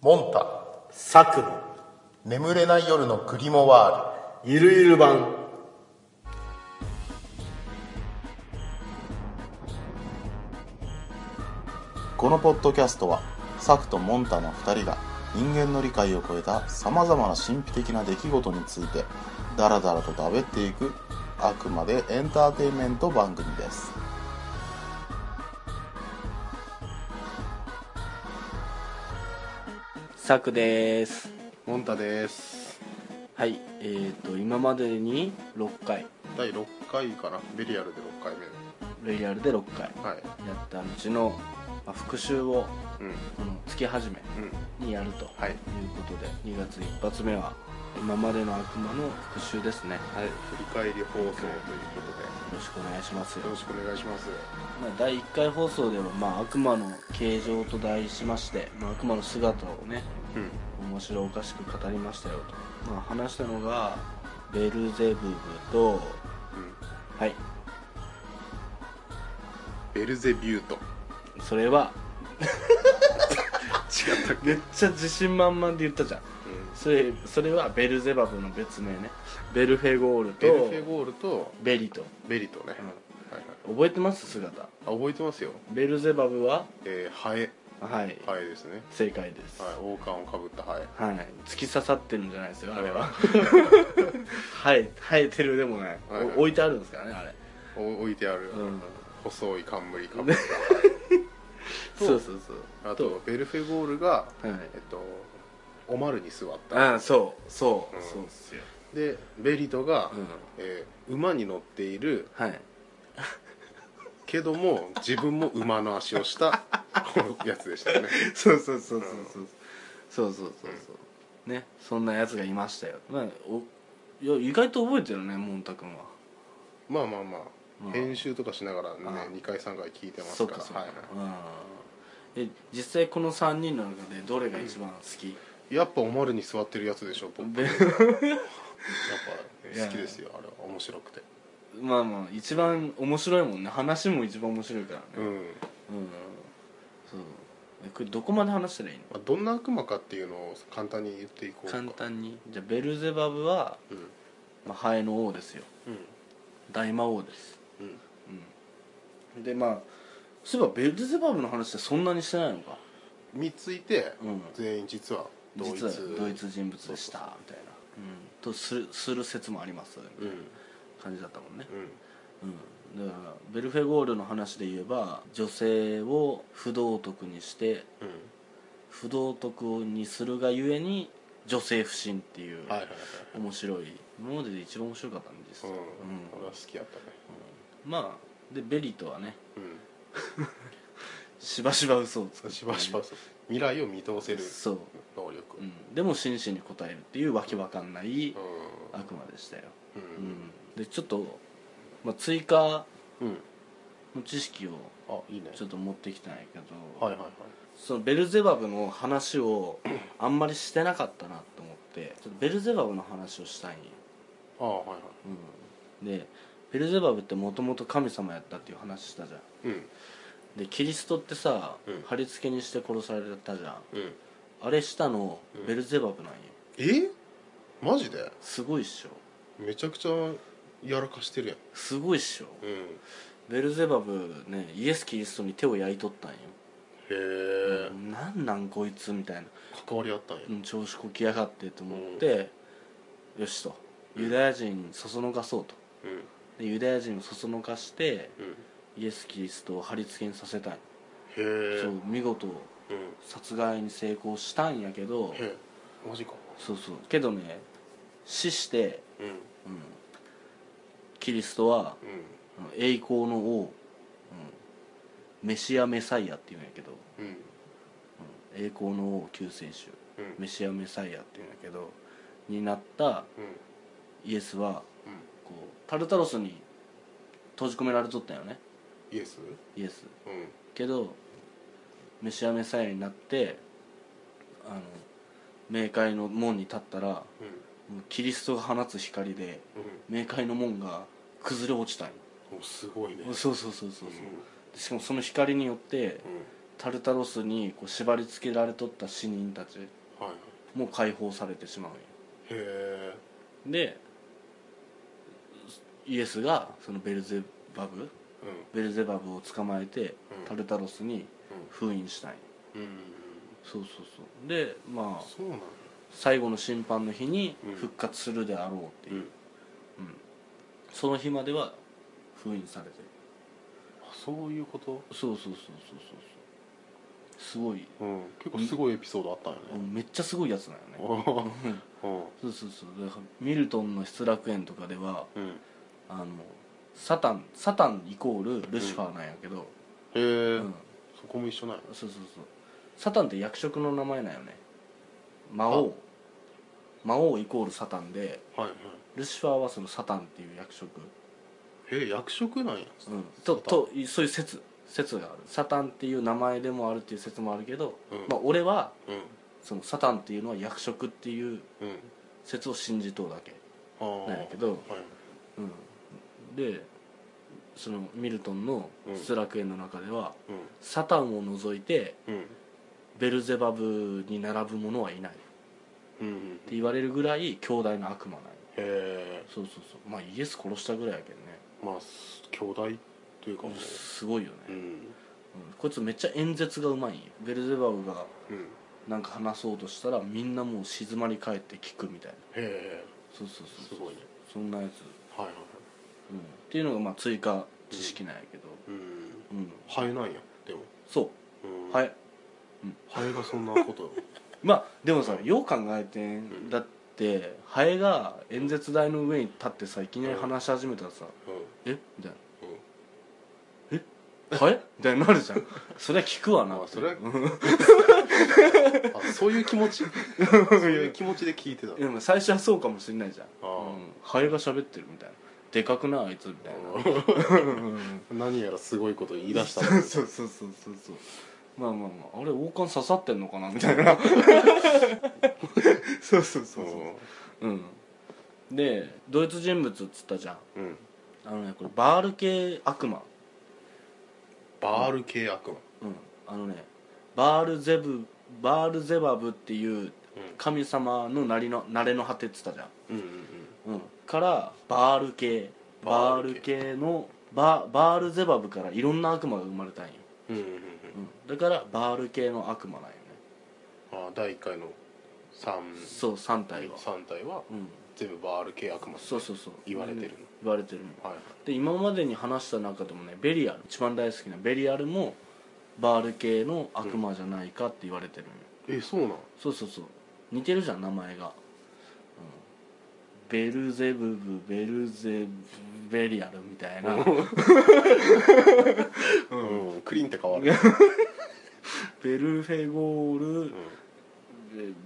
モンタ作の眠れない夜のクリモワゆるゆる版このポッドキャストはサクとモンタの2人が人間の理解を超えたさまざまな神秘的な出来事についてダラダラとだべっていくあくまでエンターテインメント番組ですサクですモンタですはいえー、と今までに6回第6回かなベリアルで6回目レイヤルで6回はいやったうちの、まあ、復習をうんうんこの月始めにやるというはいことで、2月1発目は今までの悪魔の復習ですねよはい振り返り放送ということでろしくお願いしますよよろしくお願いしますまあ、第1回放送では、まあ、悪魔の形状と題しまして、まあ、悪魔の姿をねうん面白おかしく語りましたよと、まあ、話したのがベルゼブブとうんはいベルゼビュートそ れは違ったっけめっちゃ自信満々で言ったじゃんうんそれそれはベルゼバブの別名ねベルフェゴールベルフェとゴールとベリとベリとね、うんはいはい覚えてます姿あ覚えてますよベルゼバブはえー、ハエはい、ハエですね正解ですはい王冠をかぶったハエはい、突き刺さってるんじゃないですよあれ ははい生えてるでもない、はいはいお置いてあるんですからねあれお置いてある、うん細い冠かぶっと そうそうそうたあとベルフェゴールがはいえっとおまるに座ったああそうそう、うんそうっすよ、でベリトが、うん、えー馬に乗っているはいけども自分も馬の足をした このやつでしたねそうそうそうそうそうそうそうそうそう、ねそんなやつがいましたよ、まあ、おいや意外と覚えてるねもんたくんはまあまあまあ、うん編集とかしながらねああ2回3回聞いてまそすうからかそうか、はいはうんえ実際この3人の中でどれが一番好き、い、やっぱおまるに座ってるやつでしょ僕やっべいぱや好きですよあれは面白くて まあまあ一番面白いもんね話も一番面白いからねうん、うん、そうえこれどこまで話したらいいのまあ、どんな悪魔かっていうのを簡単に言っていこうか簡単にじゃあベルゼバブは、うんまあ、ハエの王ですようん大魔王ですうんうんでまあそういえばベルゼバブの話ってそんなにしてないのか3ついて、うん全員実は同一実は同一人物でしたみたいな、うん、とするする説もありますみたういんな感じだったもんね、うんうん、だからベルフェゴールの話で言えば女性を不道徳にしてう不道徳にするがゆえに女性不信っていうんはいはいはい面白い今までで一番面白かったんですうよ、ん、うん俺は好きやったねまあでベリとはねうんしばしば嘘をつくってしいうね、ばしばそう未来を見通せるそう、能力うん、でも真摯に答えるっていうわけわかんないうん悪魔でしたよ、ううんん、でちょっと、まあ、追加うんの知識をあいいねちょっと持ってきたんやけど、はいはいはいそのベルゼバブの話をあんまりしてなかったなと思ってちょっとベルゼバブの話をしたいんよ、ああはいはうん、でベルゼバブってもともと神様やったっていう話したじゃんいうんでキリストってさ、うん貼り付けにして殺されたじゃんうんあれしたのうんベルゼバブなんよえマジですごいっしょめちゃくちゃやらかしてるやんすごいっしょうんへベルゼバブねイエス・キリストに手を焼いとったんよ、えなんなんこいつみたいな、関わりあったんやうん、調子こきやがってと思って、よしとユダヤ人そそのかそうとうんでユダヤ人をそそのかしてうんイエス・キリストを貼り付けにさせたんよへえそう見事うん殺害に成功したんやけどへえマジかそうそうけどね死して、うんうん、キリストはうんうん栄光の王、うん、メシア・メサイアっていうんやけど、うんうん、栄光の王救世主うんメシア・メサイアっていうんやけどになったうんイエスはうんこうタルタロスに閉じ込められとったよねイエスイエスうんけどメシア・メサイアになってあの冥界の門に立ったらもうんうキリストが放つ光でうん冥界の門が崩れ落ちたんよおすごいねそうそうそうそうそううんしかもその光によってうんタルタロスにこう縛り付けられとった死人たちはいも解放されてしまうんよへえでイエスがそのベルゼバブうベルゼバブを捕まえてうんタルタロスに封印したい、んうんそうそうそうでまあそうなんや最後の審判の日にうん復活するであろうっていう、うんその日までは封印されてるあそういうことそうそうそうそうそうそうすごいうん結構すごいエピソードあったよねめっちゃすごいやつなんよねおーうんそうそうそうだからミルトンの失楽園とかではうんあのサタンサタンイコールルシファーなんやけど、へうえ、んそこも一緒なんやそうそうそうサタンって役職の名前なんよね魔王魔王イコールサタンではいはいルシファーはそのサタンっていう役職、へえ役職なんやうん、ととそういう説説があるサタンっていう名前でもあるっていう説もあるけど、うんまあ、俺はうそのサタンっていうのは役職っていうんうん説を信じとうだけああなんやけど、はいうん、でそのミルトンのうん失楽園の中では、うんサタンを除いてうんベルゼバブに並ぶ者はいないっうんうんて言われるぐらい強大な悪魔なんよへえそうそうそうまあイエス殺したぐらいやけどねまあす兄弟というかもすごいよね、ううんんこいつめっちゃ演説がうまいんよベルゼバブがうんなんか話そうとしたらみんなもう静まり返って聞くみたいなへえそうそうそうすごいねそんなやつ、はいはいうん、っていうのがまあ追加知識なんやけど、うんうんハエなんやでもそううんはいハエがそんなことまあでもさよう考えてんだってハエが演説台の上に立ってさいきなり話し始めたらさうん「えみたいなうん「ハエ?」みたいになるじゃんそれは聞くわなまっあて それはあそういう気持ちそういう気持ちで聞いてたでも最初はそうかもしれないじゃんあーうんハエが喋ってるみたいな「でかくなあいつ」みたいな 何やらすごいこと言い出したそうそうそうそうそうそうまあまあまああれ王冠刺さってんのかなみた いなそうそうそうそううんでドイツ人物っつったじゃんうんうんあのねこれバール系悪魔バール系悪魔うんあのねバールゼブバールゼバブっていう神様のなりのなれの果てっつったじゃん、うんうんうんうん、からバール系ババーールル系のババールゼバブからいろんな悪魔が生まれたんよ、うんうんうんうんうん、だからバール系の悪魔なんよねああ第1回の三そう3体は三体はうん全部バール系悪魔そうそうそう言われてるの言われてるのはいで今までに話した中でもねベリアル一番大好きなベリアルもバール系の悪魔じゃないかって言われてるのよ、えそうなんそうそうそう似てるじゃん名前が、うん、ベルゼブブベルゼブベリアルみたいなうんクリンって変わるベルフェゴール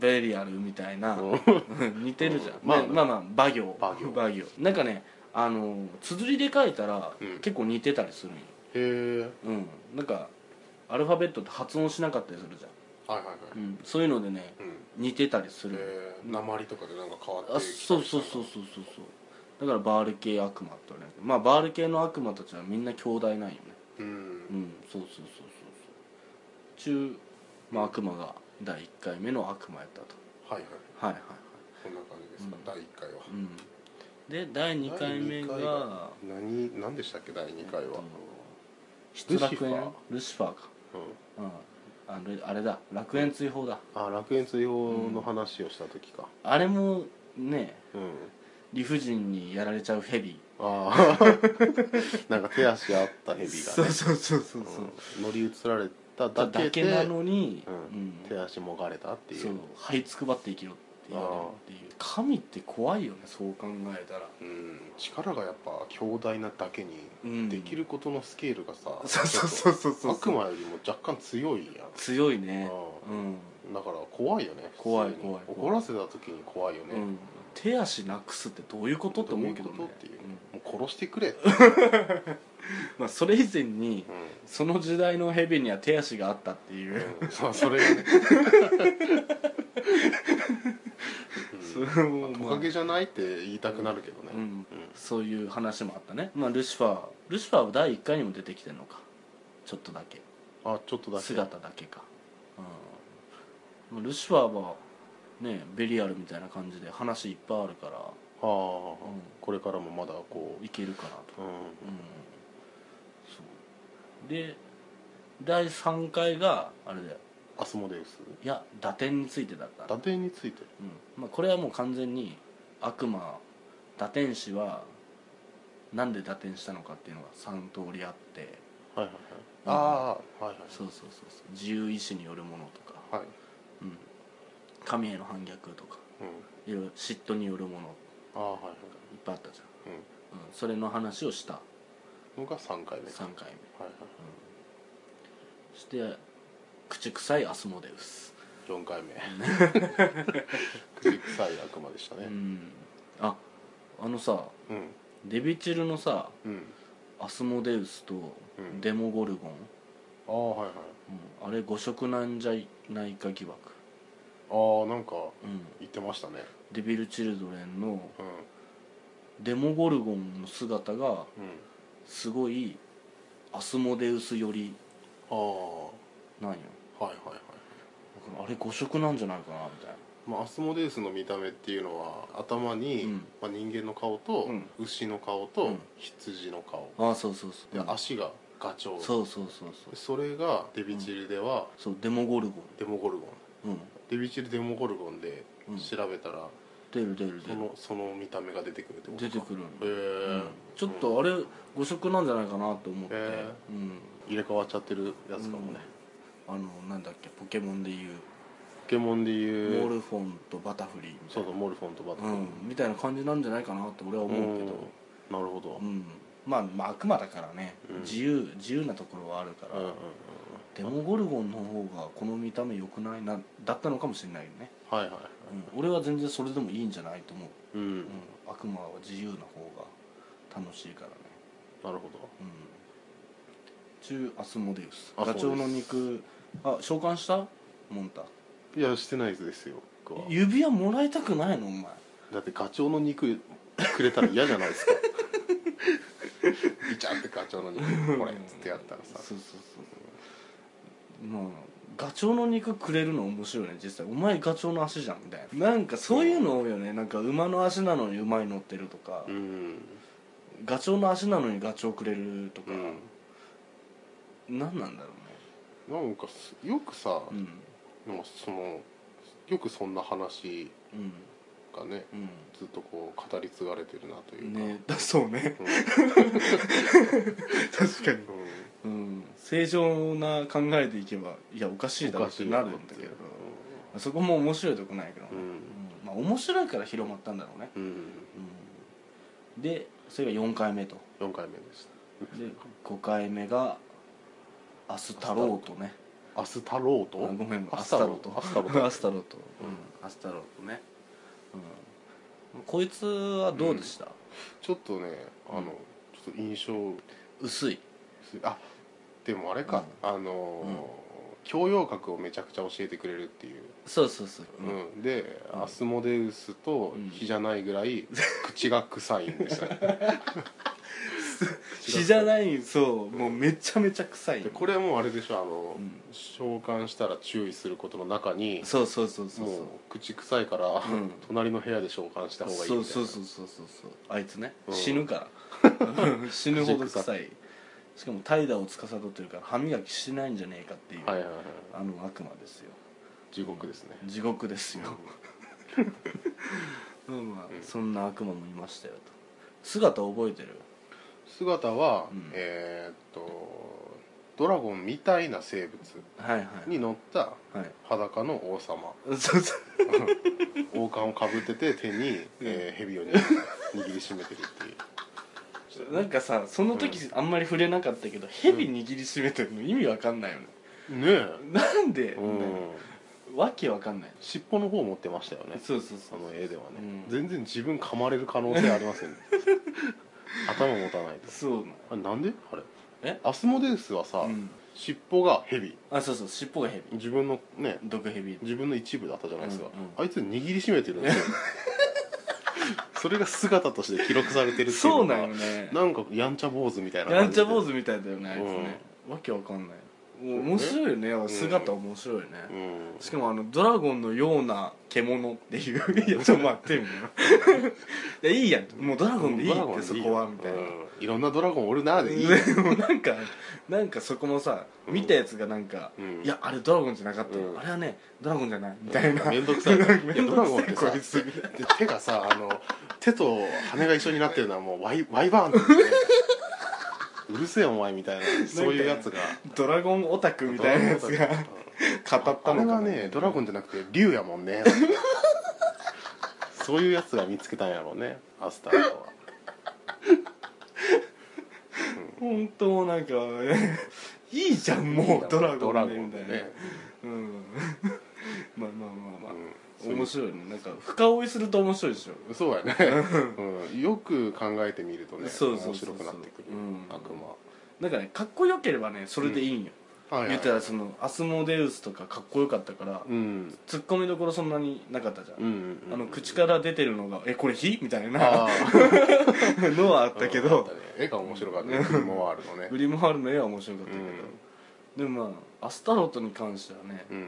ベベリアルみたいな 似てるじゃん、まあねまあまあ馬行馬行なんかねあの綴りで書いたら、うん結構似てたりするんよへえうん、なんかアルファベットって発音しなかったりするじはいはいはいゃん、うん、そういうのでねうん似てたりする、えー鉛とかでなんか変わってあそうそうそうそうそうそうだからバール系悪魔って言われるけどまあバール系の悪魔たちはみんな兄弟なんよねううんんそうそうそうそうそう中、まあ、悪魔が第1回目の悪魔やったとはいはいはいはいはいこんな感じですか第1回はうんで第2回第目二回が何何でしたっけ第2回は失ル楽園シファールシファーかうんうんあれあれだ楽園追放だ、あ楽園追放の話をした時かあれもねうん理不尽にやられちゃうヘビああ なんか手足あったヘビそがうねそうそうそうそううん乗り移られただだけでけなのに、うん手足もがれたっていそうう這いつくばって生きろって言われるっていう神って怖いよねそう考えたらうん力がやっぱ強大なだけうんにできることのスケールがさそうそうそうそうそう悪魔よりも若干強いやん強いねううん、だから怖いよね怖い普通に怖い怖い怒らせた時に怖いよね、うん、手足なくすってどういうことって思うけどねどういうことっていううんもう殺してくれって、まあ、それ以前にうんその時代のヘビには手足があったっていう、うんさあそ れがね それもうん、トまあカゲじゃないって言いたくなるけどね、うんそういう話もあったね、まあ、ルシファールシファーは第1回にも出てきてるのかちょっとだけあちょっとだけ姿だけか、うん、ルシファーはねベリアルみたいな感じで話いっぱいあるからあー、うんこれからもまだこいけるかなと、う、うん、うん、そうで第3回があれだよアスモデウスいや打点についてだった打点についてうんまあ、これはもう完全に悪魔打天使はなんで打点したのかっていうのが3通りあってはいはいはいああはいそうそうそうそう自由意志によるものとか、はいはいうん、神への反逆とかうんいろいろ嫉妬によるものああはいはいいっぱいあったじゃん、ううん、それの話をしたんのが3回目はいは3回目いそして口臭いアスモデウス、 4回目 口臭い悪魔でしたうねん、ああのさうんデビチルのさうんアスモデウスとうんデモゴルゴン、ああはいはいうんあれ誤植なんじゃないか疑惑、ああなんかうん、言ってましたねデビル・チルドレンのうんデモゴルゴンの姿がうんすごいアスモデウス寄りああなんよはいはいはいだからあれ誤植なんじゃないかなみたいなまあ、アスモデウスの見た目っていうのは頭に、うんまあ、人間の顔と、うん牛の顔うとん羊の顔、ああそうそうそう、でうん足がガチョウそうそうそうそうそれがデビチルでは、そうデモゴルゴデモゴルゴンン、うん、デビチルデモゴルゴンでうん調べたら、出る出る出そるのその見た目が出てくるってこと出へてくるのえうんちょっとあれ誤植なんじゃないかなと思って、へうん入れ替わっちゃってるやつかもね、あのなんだっけポケモンでいうポケモンでいうモルフォンとバタフリーみたいなそうそうモルフォンとバット、うん、みたいな感じなんじゃないかなって俺は思うけど、なるほどうんまあ、まあ悪魔だからね、うん自由自由なところはあるかうんら、うんうんデモゴルゴンの方がこの見た目良くないなだったのかもしれないよね、はいはいうん、俺は全然それでもいいんじゃないと思うう、ん、うん、悪魔は自由な方が楽しいからねなるほうん中アスモデウスあガチョウの肉あ召喚したモンタどいやしてないですよ僕は指輪もらいたくないのお前だってガチョウの肉くれたら嫌じゃないですかビチャってガチョウの肉これっつってやったらさそうそうそうまあガチョウの肉くれるの面白いね実際お前ガチョウの足じゃんみたいななんかそういうの多いよねなんか馬の足なのに馬に乗ってるとか、うんガチョウの足なのにガチョウくれるとか、うん何なんだなろんかすよくさ、うねうんでもそのよくそんな話うんがねうずっとこう語り継がれてるなといんうか、ねだそうねうん確かにうんうん正常な考えでいけばいやおかしいだろってなるんだけどそこも面白いとこないけどね、うんうんまあ面白いから広まったんだろうねうん、うんでそれが4回目と4回目でしで5回目がアスタロートねたアスタローあトごめんアスタロートアスタロート アスタロートうんアスタロートねうんこいつはどうでした ちょっとねあの、うんちょっと印象薄いあでもあれか、あのー教養学をめちゃくちゃ教えてくれるっていう、そうそうそううんで、アスモデウスとうん比じゃないぐらい口が臭いんで したね血じゃないそうもうめちゃめちゃ臭いでこれはもうあれでしょあの、うん召喚したら注意することの中にそうそうそうそうもう口臭いから、ん隣の部屋で召喚した方がいいみたいそなうそうそうそうそうそうあいつね、うん死ぬから 死ぬほど臭いしかも怠惰を司ってるから歯磨きしないんじゃねえかっていう、はいはいはいあの悪魔ですよ地獄ですね、地獄です ようんまあ、そんな悪魔もいましたよと姿覚えてる姿は、うんえーっとドラゴンみたいな生物はいはいに乗ったはい 裸の王様そうそう王冠をかぶって て手に、えー蛇を握り握りしめてるっていうなんかさその時あんまり触れなかったけど、蛇握りしめてるの意味わかんないよねねえ、なんで、うん、わけわかんない尻尾の方持ってましたよねそうそうそそうの絵ではね、うん全然自分噛まれる可能性ありますよ ね頭持たないとそうなのあれなんであれえアスモデウスはさ、うん尻尾が蛇あそうそう尻尾が蛇自分のね毒蛇自分の一部だったじゃないですか、うんうんあいつ握りしめてるんです よそれが姿として記録されてるっていうそうのがなんよねなんかやんちゃ坊主みたいなやんちゃ坊主主みたいだよねあいつね、わけわかんない面白いよね姿面白いね、うんしかもあのドラゴンのような獣っていういやちょっと待ってみたいないやいいやんもうドラゴンでいいドラっゴンてでそいいこはよみたいなうんいろんなドラゴンおるなでいいよでもなんかなんかそこもさ見たやつがなんか、うんいやあれドラゴンじゃなかったよ、うんあれはねドラゴンじゃないみたいな、めんどくさいいやドラゴンってさこいつで手がさあの手と羽が一緒になってるのはもうワイ ワイバーンだよねうるせえお前みたいなそういうやつがドラゴンオタクみたいなやつが語ったのかあれなはねドラゴンじゃなくて竜やもんね そういうやつが見つけたんやろうねアスタートは本当もうなんか いいじゃんもうドラゴンドラゴンみたでいなねうん まあまあまあまあ、うん面白いねなんか深追いすると面白いでしょそうやね、うん、よく考えてみるとねそうそう面そうそ白うくなってくる、うん悪魔なんかねかっこよければねそれでいいんはいはよ、い言ったらそのアスモデウスとかかっこよかったから、うんツッコミどころそんなになかったじゃん、うんうんうんあの口から出てるのが「えこれ火?」みたいなあ のはあっあたあけっどたね絵が面白かったねクリモワールのねグリムハールの絵は面白かったけど、うでもまあアスタロットに関してはねう、ん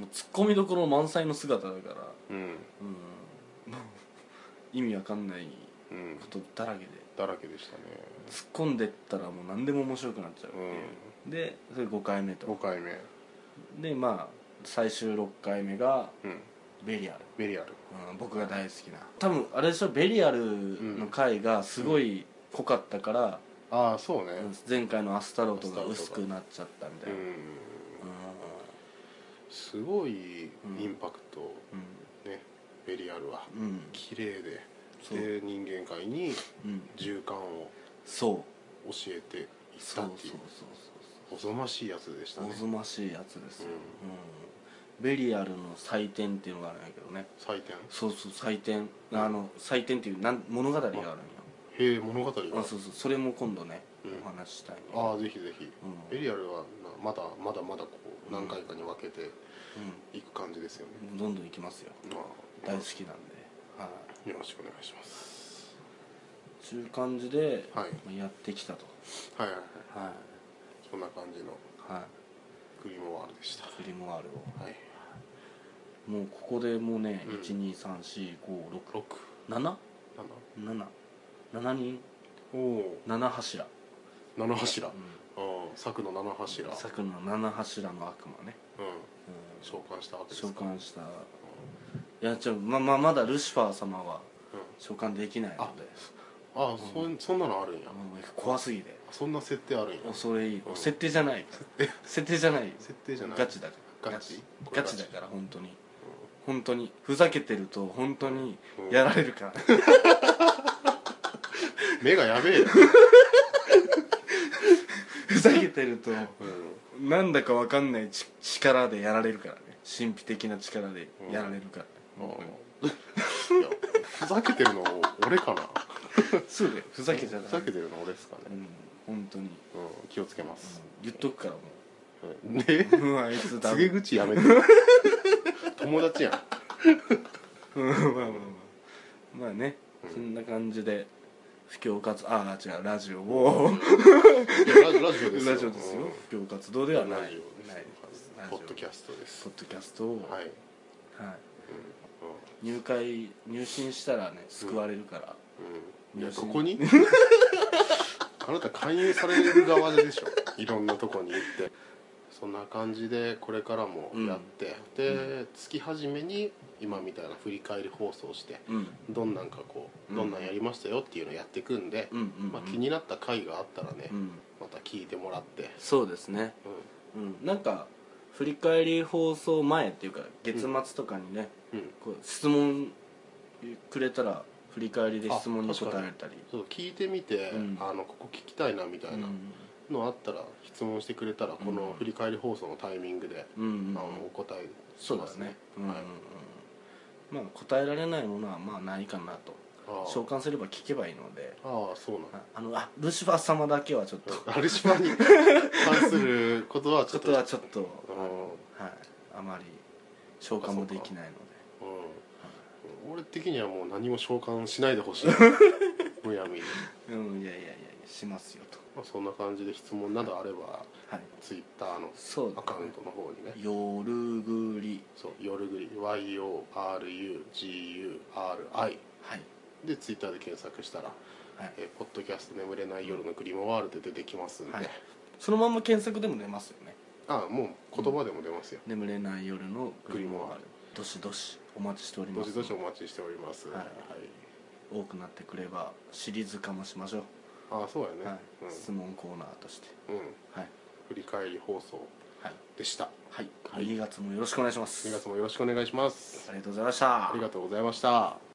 もうツッコミどころ満載の姿だからうんうん意味わかんないうんことだらけでだらけでしたね突っ込んでったらもう何でも面白くなっちゃうっていう、でそれ5回目5と回目でまあ最終6回目がうんベリアル、ベリアルうん、僕が大好きな多分あれでしょベリアルの回がすごい濃かったから、ああそうねうん前回のアスタロトが薄くなっちゃったみたういん、な、うんすごいインパクト、ねベリアルはうん、うん綺麗でそうで人間界にうん、循環をそう教えていっそたうってそういそううおぞましいやつでしたそうねおぞましいやつですよ、うんうんベリアルの祭典っていうのがあるんやけどね祭典そうそう祭典あの祭典っていうなん物語があるんやへえ物語があそうそうそれも今度ね、うんお話ししたいねああぜひぜひ、んベリアルはなまだまだまだこう何回かに分けてういく感じですよね、んどんどん行きますよまあ大好きなんではいよろしくお願いしますそういう感じで、はいまあやってきたとはいはいはいはそんな感じのいはクリモワールでしたいクリモワールはいをもうここでもうね、うん1 2 3 4 5 6 6 7 7 7 7人おお7柱、七柱、うんう柵の七ん、柱作の7柱の悪魔ね、うんうん召喚したわけです召か喚したいやちょまままだルシファー様はうん召喚できないので、ああ、そそんなのあるんや、もう怖すぎてそんな設定あるんや恐れ入りうん設定じゃない設定じゃない設定じゃないガチだからガチガチだから本当に本当にふざけてると本当にうんやられ るから、目がやべえ よ、ふざけてるとうんなんだかわかんないち力でやられるからね神秘的な力でやられるから、本当にいやふざけてるの俺かなそうだよふざけちゃダメふざけてるの俺ですかうね、ん本当に、うん、気をつけます、言っとくからもうんねう、うん、あいつダ告メげ口やめて 友達やんうんまあまあまあまあね、そんな感じで布教活ああ違うラジオをいやラジラジオですよラジオですよ布教活動ではうんないラジないオですラジオポッドキャストですポッドキャストを、はい、はいうん入会入信したらね救われるから、うん、いやよしここ にあなた勧誘される側でしょいろんなとこに行ってそんな感じでこれからもやって、で、月始めに今みたいな振り返り放送してうん、うんどんなんかこうどんなんやりましたよっていうのをやっていくんで、うんうんまあ、気になった回があったらね、うんまた聞いてもらって、そうですね、うん、なんか振り返り放送前っていうか月末とかにね、うんうん、こう質問くれたら振り返りで質問にあ確答かにえたりそう聞いてみて、うんあのここ聞きたいなみたいなのあったら質問してくれたらこの振り返り放送のタイミングで、うん、うんうんあのお答えしそうまですすねね。うんうんうんはいまあ答えられないものはまあないかなとああ召喚すれば聞けばいいのでああそうなんだああのあルシファー様だけはちょっとアルシマに関することはちちょょっっととはちょっとあのはいあまり召喚もできないのでうん俺的には もう何も召喚しないでほしいむやみにうんいやいやいやしますよとまあ、そんな感じで質問などあればはいツイッターのそうアカウントの方にね夜ぐりそう夜ぐり YORUGURI はいでツイッターで検索したら、はいえーポッドキャスト眠れない夜のグリモワールド」で出てきますんで、はいそのまま検索でも出ますよねああもう言葉でも出ますよ、眠れない夜のグリモワールどしどしお待ちしておりどましすどしお待ちしております、はい多くなってくればシリーズ化もしましょう、ああそうやね、はいうん質問コーナーとしてうん、はい振り返り放送はい、でしたはいはい2月もよろしくお願いします2月もよろしくお願いしますありがとうございましたありがとうございました